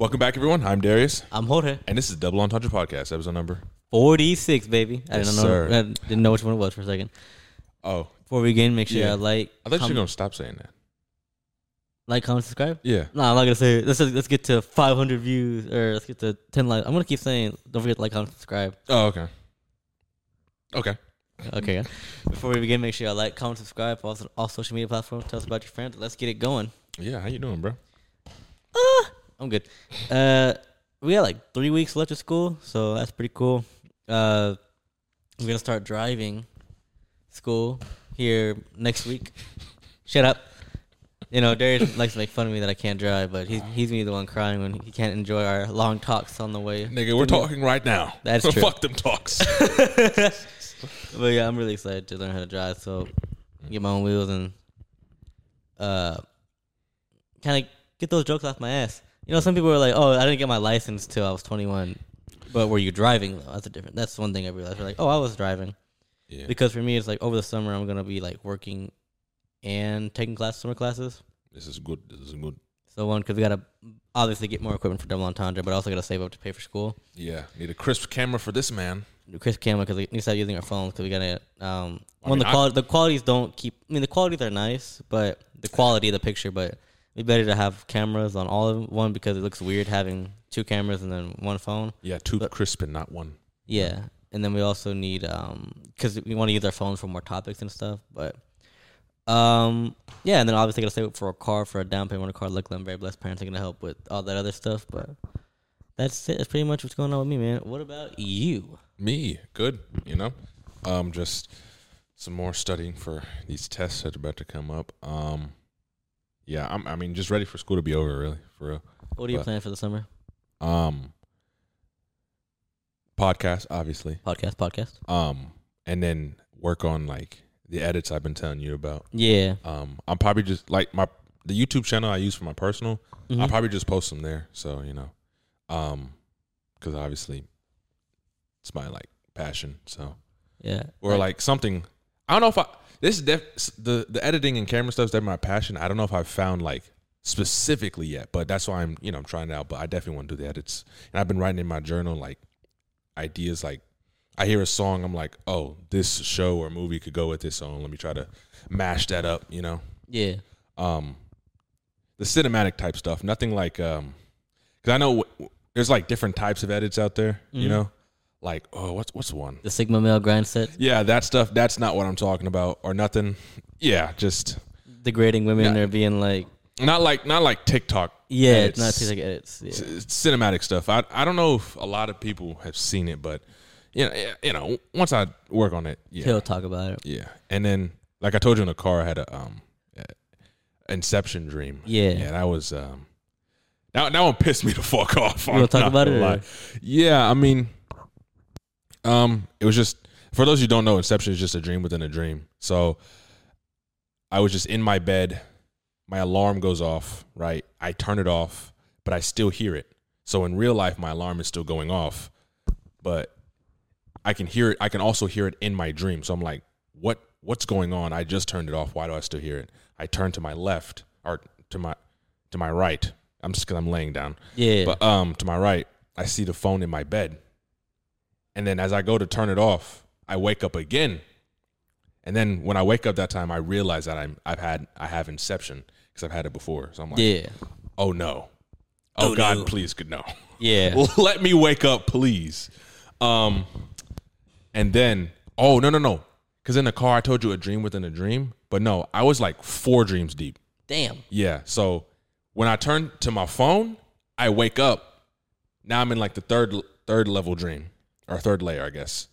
Welcome back, everyone. I'm Darius, I'm Jorge. and this is Double Entendre Podcast, episode number. 46, baby. I Yes, didn't know. sir. I didn't know which one it was for a second. Oh, Before we begin, make sure Yeah. you like, I thought you were com- gonna stop saying that. like, comment, subscribe. Yeah, No, I'm not gonna say. It. Let's let's get to 500 views or let's get to 10 likes. I'm gonna keep saying. Don't forget to like, comment, subscribe. Oh, okay. Okay. Okay. yeah. Before we begin, make sure you like, comment, subscribe. Follow us on all social media platforms. Tell us about your friends. Let's get it going. Yeah, how you doing, bro? I'm good. Uh, we got like three weeks left of school, so that's pretty cool. Uh, I'm gonna start driving school here next week. Shut up. You know, Darius likes to make fun of me that I can't drive, but he's he's gonna be the one crying when he can't enjoy our long talks on the way. Nigga, we're talking right now. That's true. Fuck them talks. But yeah, I'm really excited to learn how to drive. So get my own wheels and uh, kind of get those jokes off my ass. You know, some people are like, "Oh, I didn't get my license till I was 21." But were you driving though? That's a different. That's one thing I realized. We're like, "Oh, I was driving," yeah. because for me, it's like over the summer I'm gonna be like working and taking class summer classes. This is good. This is good. So one, because we gotta obviously get more equipment for double entendre, but also gotta save up to pay for school. Yeah. Need a crisp camera for this man. Chris camera because we need to start using our phones because we gotta. Um, I mean, one the I- quality the qualities don't keep. I mean the qualities are nice, but the quality of the picture. But we better to have cameras on all of them. One because it looks weird having two cameras and then one phone. Yeah, two But- crisp and not one. Yeah, and then we also need um because we want to use our phones for more topics and stuff. But um yeah, and then obviously gotta save up for a car for a down payment on a car. Luckily, I'm very blessed. Parents are gonna help with all that other stuff. But that's it. That's pretty much what's going on with me, man. What about you? Me, good. You know, um, just some more studying for these tests that are about to come up. Um, yeah, I'm. I mean, just ready for school to be over. Really, for real. What are you What? planning for the summer? Um, podcast, obviously. Podcast, podcast. Um, and then work on like the edits I've been telling you about. Yeah. Um, I'm probably just like my the YouTube channel I use for my personal. I'll Mhm. probably just post them there. So you know, um, because obviously it's my like passion. So yeah. or like something. I don't know if I this is def, s- the the editing and camera stuff that's my passion. I don't know if I've found like specifically yet, but that's why I'm you know I'm trying it out. But I definitely want to do the edits, and I've been writing in my journal like ideas. Like I hear a song, I'm like, oh, this show or movie could go with this song. Let me try to mash that up. You know, yeah. um, the cinematic type stuff. Nothing like um, because I know w- there's like different types of edits out there. You Mhm. know, like oh, what's what's one? The Sigma male grind set, Yeah, that stuff. That's not what I'm talking about, or nothing. Yeah, just degrading women Yeah. or being like, not like not like TikTok. yeah, edits. it's, not TikTok edits. Yeah. It's- it's cinematic stuff. I I don't know if a lot of people have seen it, but you know, yeah, you know, once I work on it, yeah, He'll talk about it. yeah. And then, like I told you in the car, I had a um, uh, Inception dream. Yeah. yeah, that was um, that that one pissed me the fuck off. You wanna I'm talk not about gonna it, lie. or- Yeah, I mean, um, it was just for those who don't know, Inception is just a dream within a dream. So I was just in my bed. My alarm goes off, right? I turn it off, but I still hear it. So in real life, my alarm is still going off, but I can hear it. I can also hear it in my dream. So I'm like, what? What's going on? I just turned it off. Why do I still hear it? I turn to my left or to my to my right. I'm just because I'm laying down. Yeah. But um, to my right, I see the phone in my bed, and then as I go to turn it off, I wake up again, and then when I wake up that time, I realize that I'm I've had I have Inception because I've had it before. So I'm like, yeah. oh no, oh, Oh, God, no. please, good no, Yeah. let me wake up, please. Um, and then oh no no no, because in the car I told you a dream within a dream, but no, I was like four dreams deep. Damn. Yeah. So when I turn to my phone, I wake up. Now I'm in like the third third level dream or third layer, I guess.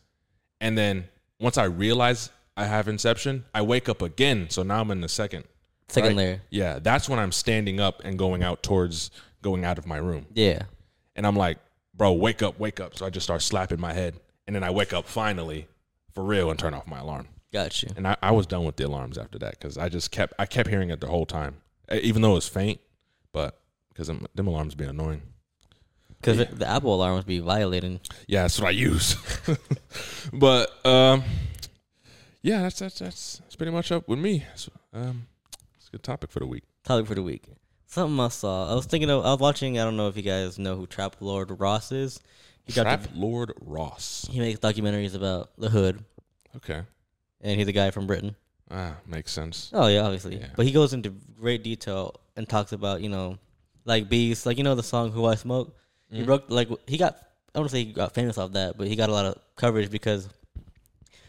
And then once I realize I have inception, I wake up again. So now I'm in the second. Second right? layer. Yeah, that's when I'm standing up and going out towards going out of my room. Yeah. And I'm like, "Bro, wake up, wake up." So I just start slapping my head. And then I wake up finally for real and turn off my alarm Got you. and I, I was done with the alarms after that because I just kept I kept hearing it the whole time, E- even though it was faint. But because them them alarms be annoying. Because the Apple alarm would be violating. Yeah, that's what I use. but um, yeah, that's that's that's, that's pretty much up with me. So, um, it's a good topic for the week. Topic for the week. Something I saw. I was thinking of. I was watching. I don't know if you guys know who Trap Lord Ross is. He got Trap Lord Ross. he makes documentaries about the hood, Okay. and he's a guy from Britain. Ah, makes sense. Oh yeah, obviously. Yeah. But he goes into great detail and talks about you know, like bees, like you know the song "Who I Smoke." He broke like he got. I don't say he got famous off that, but he got a lot of coverage because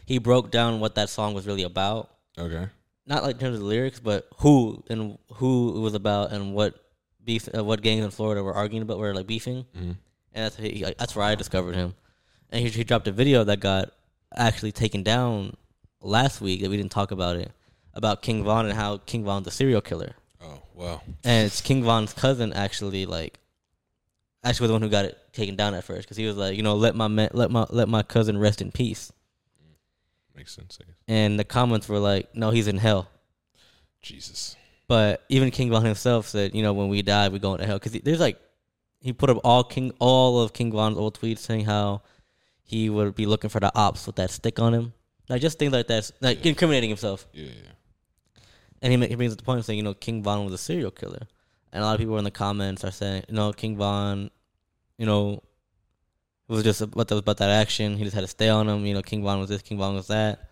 he broke down what that song was really about. Okay. Not like in terms of the lyrics, but who and who it was about and what beef, uh, what gangs in Florida were arguing about, were like beefing, Mhm. and that's he, like, that's where I discovered him. And he, he dropped a video that got actually taken down last week that we didn't talk about it about King Von and how King Von's a serial killer, Oh wow. and it's King Von's cousin actually like actually was the one who got it taken down at first because he was like you know let my man, let my let my cousin rest in peace, Makes sense. I guess. and the comments were like no he's in hell. Jesus. But even King Von himself said, you know, when we die, we go into hell. Because there's like, he put up all King, all of King Von's old tweets saying how he would be looking for the ops with that stick on him, like just things like that, like incriminating himself. Yeah. yeah, yeah. And he, ma- he brings up the point of saying, you know, King Von was a serial killer, and a lot of people in the comments are saying, you know, King Von, you know, it was just about that, about that action. He just had to stay on him. You know, King Von was this, King Von was that.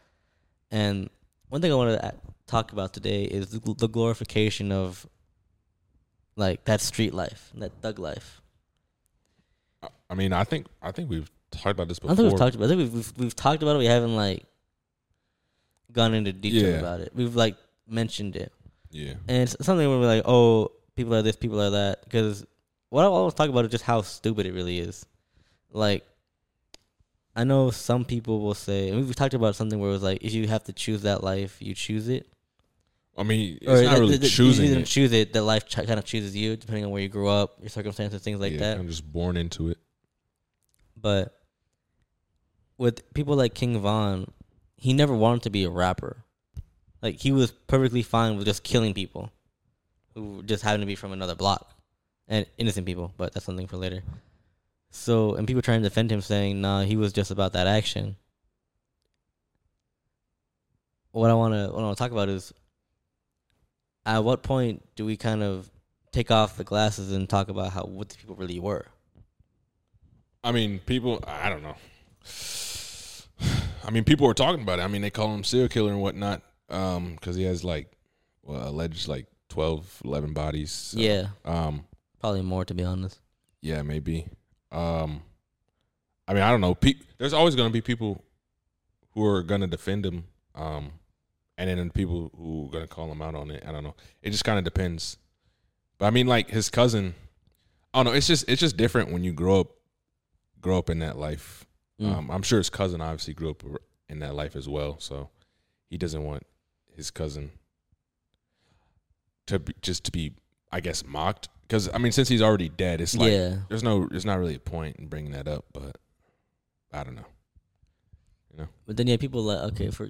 And one thing I wanted to a- talk about today is the, gl- the glorification of like that street life, that thug life. I, I mean, I think I think we've talked about this I before. don't think we've talked about. I think we've, we've we've talked about it. We haven't like gone into detail Yeah. about it. We've like mentioned it. yeah. And it's something where we're like, oh, people are this, people are that. Because what I always talk about is just how stupid it really is. Like, I know some people will say, and we've talked about something where it was like, if you have to choose that life, you choose it. I mean, it's Or not that- really that- that You choosing didn't it. choose it. That life ch- kind of chooses you, depending on where you grew up, your circumstances, things like yeah, that. I'm just born into it. But with people like King Von, he never wanted to be a rapper. Like he was perfectly fine with just killing people who just happened to be from another block and innocent people, but that's something for later. So, and people trying to defend him saying, "Nah, he was just about that action." What I want to what I want to talk about is at what point do we kind of take off the glasses and talk about how what the people really were? I mean, people. I don't know. I mean, people were talking about it. I mean, they call him serial killer and whatnot because he has like well, alleged like 12, 11 bodies. So, Yeah, Um. probably more to be honest. Yeah, maybe. Um. I mean, I don't know. Pe- There's always going to be people who are going to defend him. Um. And then people who are going to call him out on it. I don't know. It just kind of depends. But I mean, like his cousin. I don't know. It's just it's just different when you grow up, grow up in that life. Mm. Um, I'm sure his cousin obviously grew up ar- in that life as well, so he doesn't want his cousin to be, just to be, I guess, mocked. Because I mean, since he's already dead, it's like yeah, there's no, there's not really a point in bringing that up. But I don't know. but then yeah, people like okay for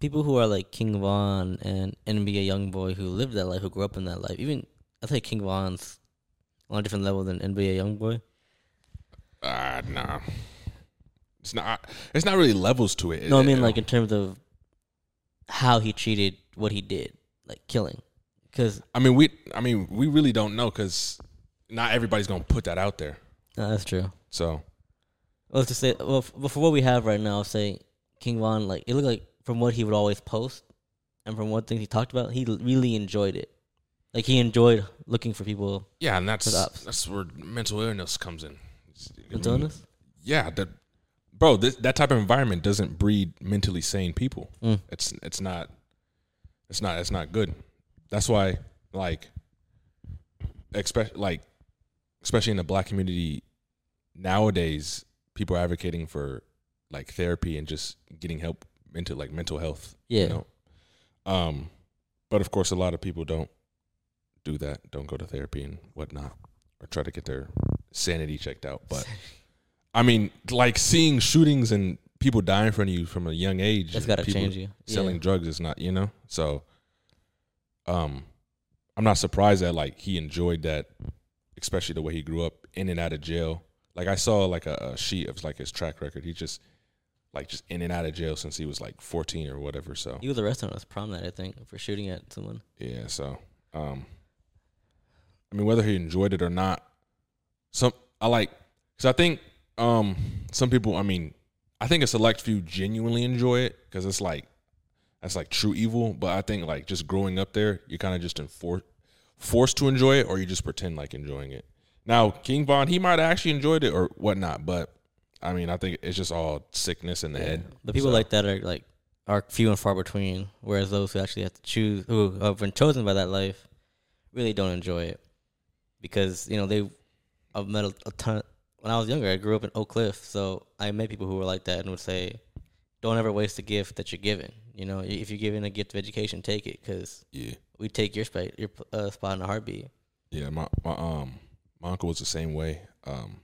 people who are like King Von and NBA young boy who lived that life, who grew up in that life. Even I think King Von's on a different level than NBA young boy. Ah, nah. It's not. It's not really levels to it. No, I It- mean it- like in terms of how he treated what he did, like killing. Because I mean, we. I mean, we really don't know because not everybody's gonna put that out there. that's true. So Well, to say, well, f- well, for what we have right now, say King Von, like it looked like from what he would always post and from what things he talked about, he l- really enjoyed it. Like he enjoyed looking for people yeah, and that's ups. that's where mental illness comes in. It's- I with mean, uh, illness. yeah, that bro, this, that type of environment doesn't breed mentally sane people. Mm. It's it's not it's not it's not good. That's why like expect like especially in the black community nowadays people are advocating for like therapy and just getting help into like mental health, Yeah. you know. Um but of course a lot of people don't do that, don't go to therapy and whatnot or try to get their sanity checked out, but I mean, like seeing shootings and people dying in front of you from a young age. That's and gotta people change you. Selling Yeah. drugs is not, you know. So, um, I'm not surprised that like he enjoyed that, especially the way he grew up in and out of jail. Like I saw like a, a sheet of like his track record. He just like just in and out of jail since he was like 14 or whatever. So He was arrested on his prom night, I think, for shooting at someone. yeah, so um, I mean, whether he enjoyed it or not, some I like because I think um some people. I mean, I think a select few genuinely enjoy it because it's like that's like true evil. But I think like just growing up there, you're kind of just enfor- forced to enjoy it, or you just pretend like enjoying it. Now, King Von, he might have actually enjoyed it or whatnot, but I mean, I think it's just all sickness in the head. The people So, like that are like are few and far between, whereas those who actually have to choose, who have been chosen by that life, really don't enjoy it because you know they. I've met a, a ton. When I was younger, I grew up in Oak Cliff, so I met people who were like that and would say, "Don't ever waste the gift that you're given. You know, if you're given a gift of education, take it because yeah, we take your spot, your uh, spot in a heartbeat." yeah. My my um my uncle was the same way. Um,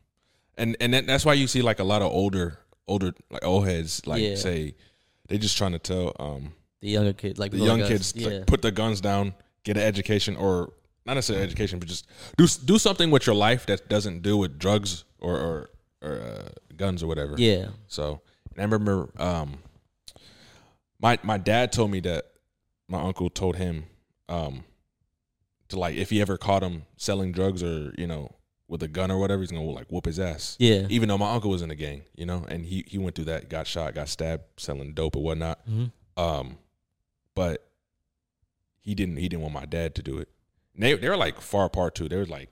and and that, that's why you see like a lot of older older like old heads like Yeah. say they just trying to tell um The younger kid, like the people young like us, kids like, put their guns down, get an education, or not necessarily education, but just do do something with your life that doesn't deal with drugs or or, or uh, guns or whatever. yeah, So, and I remember um, my my dad told me that my uncle told him um, to like if he ever caught him selling drugs or you know with a gun or whatever, he's gonna like whoop his ass. yeah, Even though my uncle was in the gang, you know, and he he went through that, got shot, got stabbed, selling dope or whatnot. Mhm. Um, but he didn't he didn't want my dad to do it. And they they were like far apart too. They were like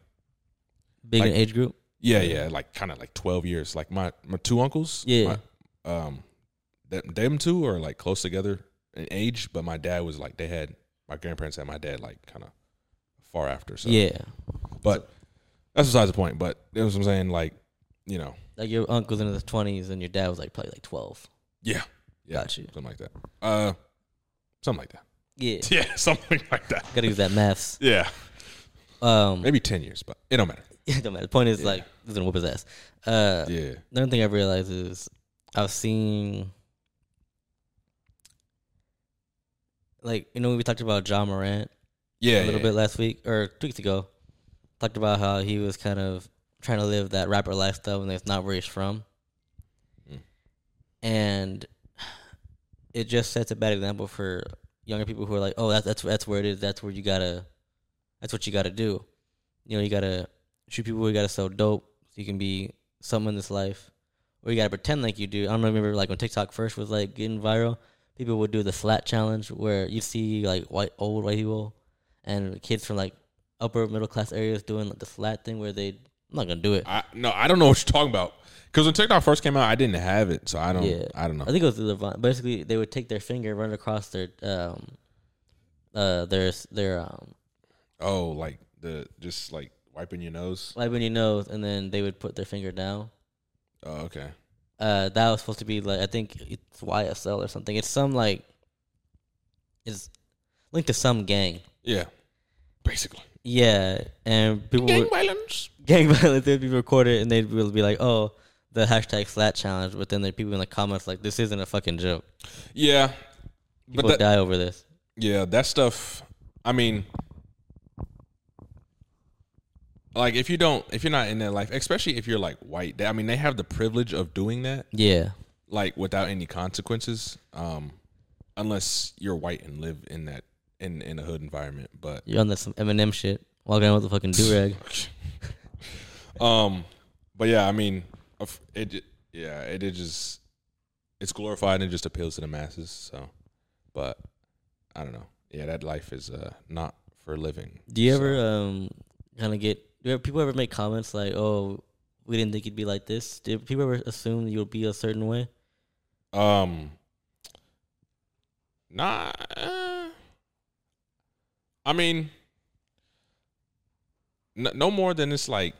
big Like- in age group. yeah, yeah, like kind of like twelve years. Like my my two uncles. Yeah. my- um, them, them two are like close together in age, but my dad was like they had my grandparents had my dad like kind of far after. So yeah, but that's besides the point. But you know what I'm saying? Like you know, like your uncle's in his twenties and your dad was like probably like twelve. yeah, yeah, Got you. something like that. Uh, something like that. Yeah, Yeah, something like that. gotta use that maths. Yeah, Um, maybe ten years, but it don't matter. it don't matter. The point is Yeah. like he's gonna whoop his ass. Uh, Yeah. another thing I realized is I've seen like you know we talked about John Morant Yeah, a little bit last week or two weeks ago. Talked about how he was kind of trying to live that rapper lifestyle and that's not where he's from. Mm. And it just sets a bad example for younger people who are like, Oh, that's that's that's where it is, that's where you gotta that's what you gotta do. You know, you gotta shoot people, you gotta sell dope, so you can be someone in this life. Or you gotta pretend like you do. I don't know, remember like when TikTok first was like getting viral, people would do the flat challenge where you see like white old white people and kids from like upper middle class areas doing like the flat thing where they I'm not gonna do it. I, I no, I don't know what you're talking about. Because when TikTok first came out, I didn't have it, so I don't. Yeah. I don't know. think it was the Levant. Basically, they would take their finger, run it across their um uh their their um Oh, like the just like wiping your nose. like when you nose, and then they would put their finger down. Oh, okay. Uh, that was supposed to be like I think it's YSL or something. It's some like it's linked to some gang. Yeah. Basically, Yeah, and people gang would- violence. gang violence would be recorded and they'd be like, oh, the hashtag slat challenge. But then the people in the comments like, this isn't a fucking joke. Yeah, People but that, die over this. yeah, that stuff. I mean, like if you don't, if you're not in that life, especially if you're like white, they- I mean, they have the privilege of doing that, Yeah, like without any consequences, um, unless you're white and live in that in in a hood environment. But you're on that some Eminem shit. Walking around with a fucking do rag. um, but yeah, I mean, of- it, it- yeah, it, it just it's glorified and it just appeals to the masses. So, but I don't know. Yeah, that life is uh not for living. Do you So, ever um kind of get? Do you ever, people ever make comments like, "Oh, we didn't think you'd be like this"? Did people ever assume you'll be a certain way? Um, nah. uh, I mean, no, no more than it's like.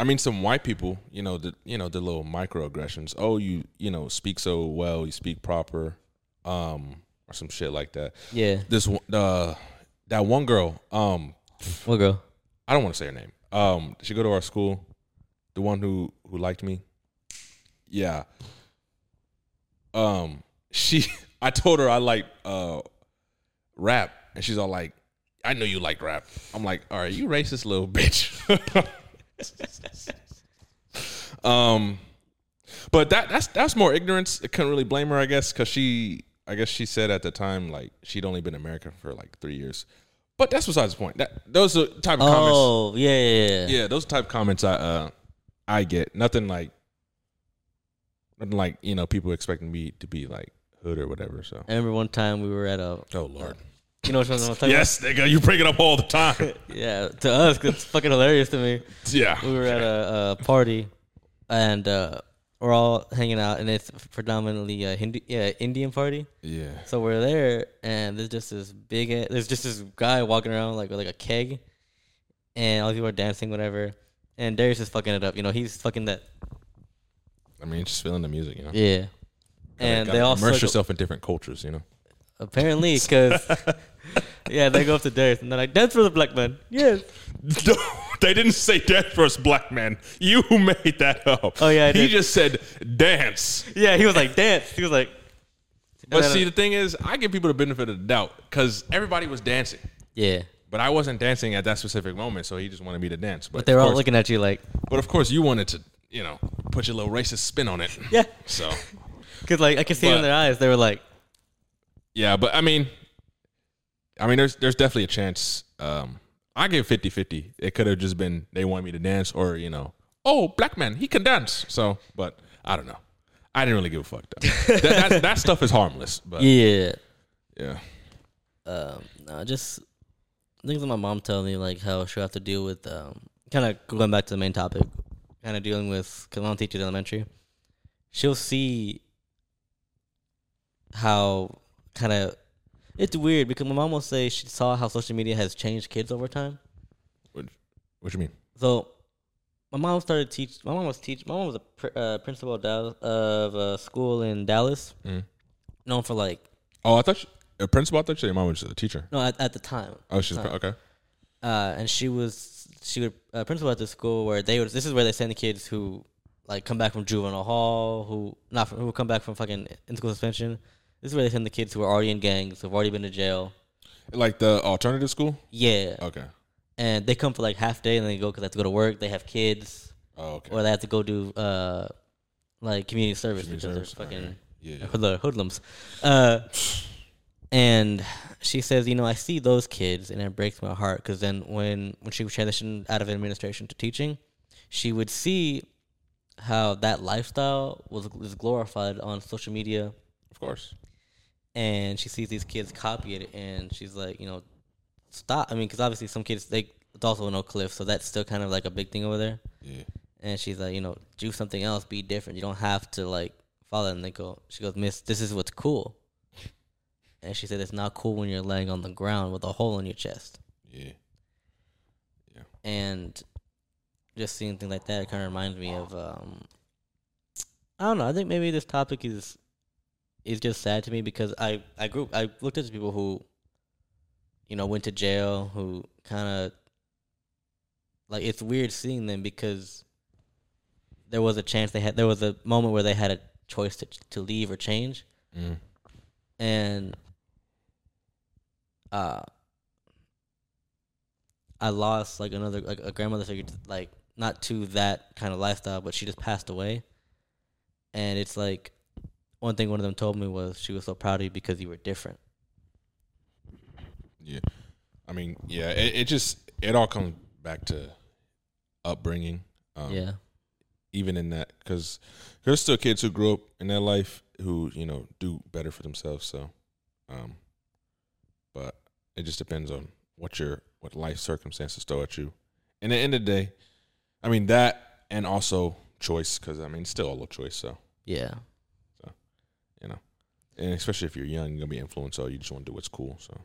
I mean, some white people, you know, the you know the little microaggressions. Oh, you you know speak so well, you speak proper, um, or some shit like that. Yeah. This one, uh, that one girl, um, What girl? I don't want to say her name. Um, she go to our school. The one who who liked me. Yeah. Um, she. I told her I like uh rap, and she's all like, "I know you like rap." I'm like, "All right, you racist little bitch." um, but that that's that's more ignorance. I couldn't really blame her, I guess, because she. I guess she said at the time like she'd only been American for like three years, But that's besides the point. That those are type of comments. Oh yeah, yeah, yeah. Yeah, those type of comments I uh I get. Nothing like nothing like, you know, people expecting me to be like hood or whatever. So I remember one time we were at a. Oh Lord. You know which one I'm talking Yes, nigga, you bring it up all the time. about? Yeah. To us, 'cause it's fucking hilarious to me. yeah. we were at a, a party, and uh, we're all hanging out, and it's predominantly a Hindu, yeah, Indian party. Yeah. So we're there, and there's just this big, a- there's just this guy walking around like with like a keg, and all these people are dancing, whatever. And Darius is fucking it up. You know, he's fucking that. I mean, just feeling the music, you know. Yeah. And Gotta they all immerse circle- yourself in different cultures, you know. apparently because yeah, they go up to Darius and they're like, "Dance for the black man." Yes. No, they didn't say dance first, black man. You made that up. Oh, yeah, I he did. just said dance. Yeah, he was like, "Dance." He was like, But then, see, uh, the thing is, I give people the benefit of the doubt because everybody was dancing, "Yeah." but I wasn't dancing at that specific moment, so he just wanted me to dance. But, But they were of all course, looking at you like, But of course, you wanted to, you know, put your little racist spin on it. "Yeah," So because like I could see it in But- their eyes. They were like, yeah, but I mean, I mean, there's there's definitely a chance. Um, I give 50-50. It could have just been they want me to dance, or you know, oh, black man, he can dance. So, but I don't know. I didn't really give a fuck though. that, that, that stuff is harmless. But "Yeah." yeah. um, no, just things that my mom telling me, like how she'll have to deal with, um, kind of going back to the main topic, kind of dealing with, because I don't teach at elementary. She'll see how kind of, it's weird because my mom will say she saw how social media has changed kids over time. What, what you mean? So my mom started teach. My mom was teach. My mom was a pr- uh, principal of Dal- of a school in Dallas, Mm. known for like, Oh, I thought she, a principal. I thought you said your mom was just a teacher. no, at, at the time, Oh, she's Huh. okay. uh, and she was she would uh, principal at the school where they would. This is where they send the kids who like come back from juvenile hall, who not from, who come back from fucking in school suspension. This is where they send the kids who are already in gangs, who've already been to jail. Like the alternative school. Yeah, Okay. and they come for like half day and then they go because they have to go to work. They have kids, Oh, okay. or they have to go do uh, like community service Community because service, they're fucking. alright. Yeah. yeah. hoodl- hoodlums. Uh, and she says, you know, I see those kids, and it breaks my heart because then when when she transitioned out of administration to teaching, she would see how that lifestyle was was glorified on social media, Of course. and she sees these kids copy it, and she's like, you know, stop. I mean, because obviously some kids they it's also an oak cliff, so that's still kind of like a big thing over there. Yeah. And she's like, you know, do something else, be different. You don't have to like follow. And they go, she goes, Miss, this is what's cool. And she said, it's not cool when you're laying on the ground with a hole in your chest. Yeah. And just seeing things like that kind of reminds me of, um, I don't know. I think maybe this topic is is just sad to me because I I grew I looked at people who, you know, went to jail who kind of like it's weird seeing them because there was a chance they had there was a moment where they had a choice to to leave or change Mm. and uh I lost like another like a grandmother figure like not to that kind of lifestyle, but she just passed away. And it's like one thing one of them told me was she was so proud of you because you were different. Yeah. I mean, yeah. It, it just it all comes back to upbringing. Um, yeah. Even in that, because there's still kids who grew up in their life who you know do better for themselves. So, um, but it just depends on what your what life circumstances throw at you. And at the end of the day, I mean that, and also choice, because I mean it's still all a choice. So, Yeah. and especially if you're young, you're gonna be influenced. So you just want to do what's cool. So,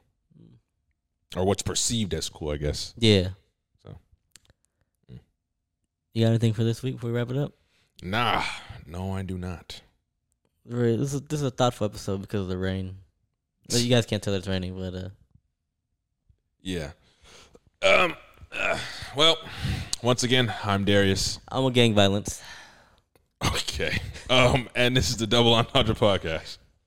or what's perceived as cool, I guess. Yeah. So. Mm. You got anything for this week before we wrap it up? Nah, no, I do not. Right, This is this is a thoughtful episode because of the rain. But you guys can't tell it's raining, but uh Yeah. Um. uh, well, once again, I'm Darius. I'm a gang violence. Okay. Um. And this is the Double Entendre podcast.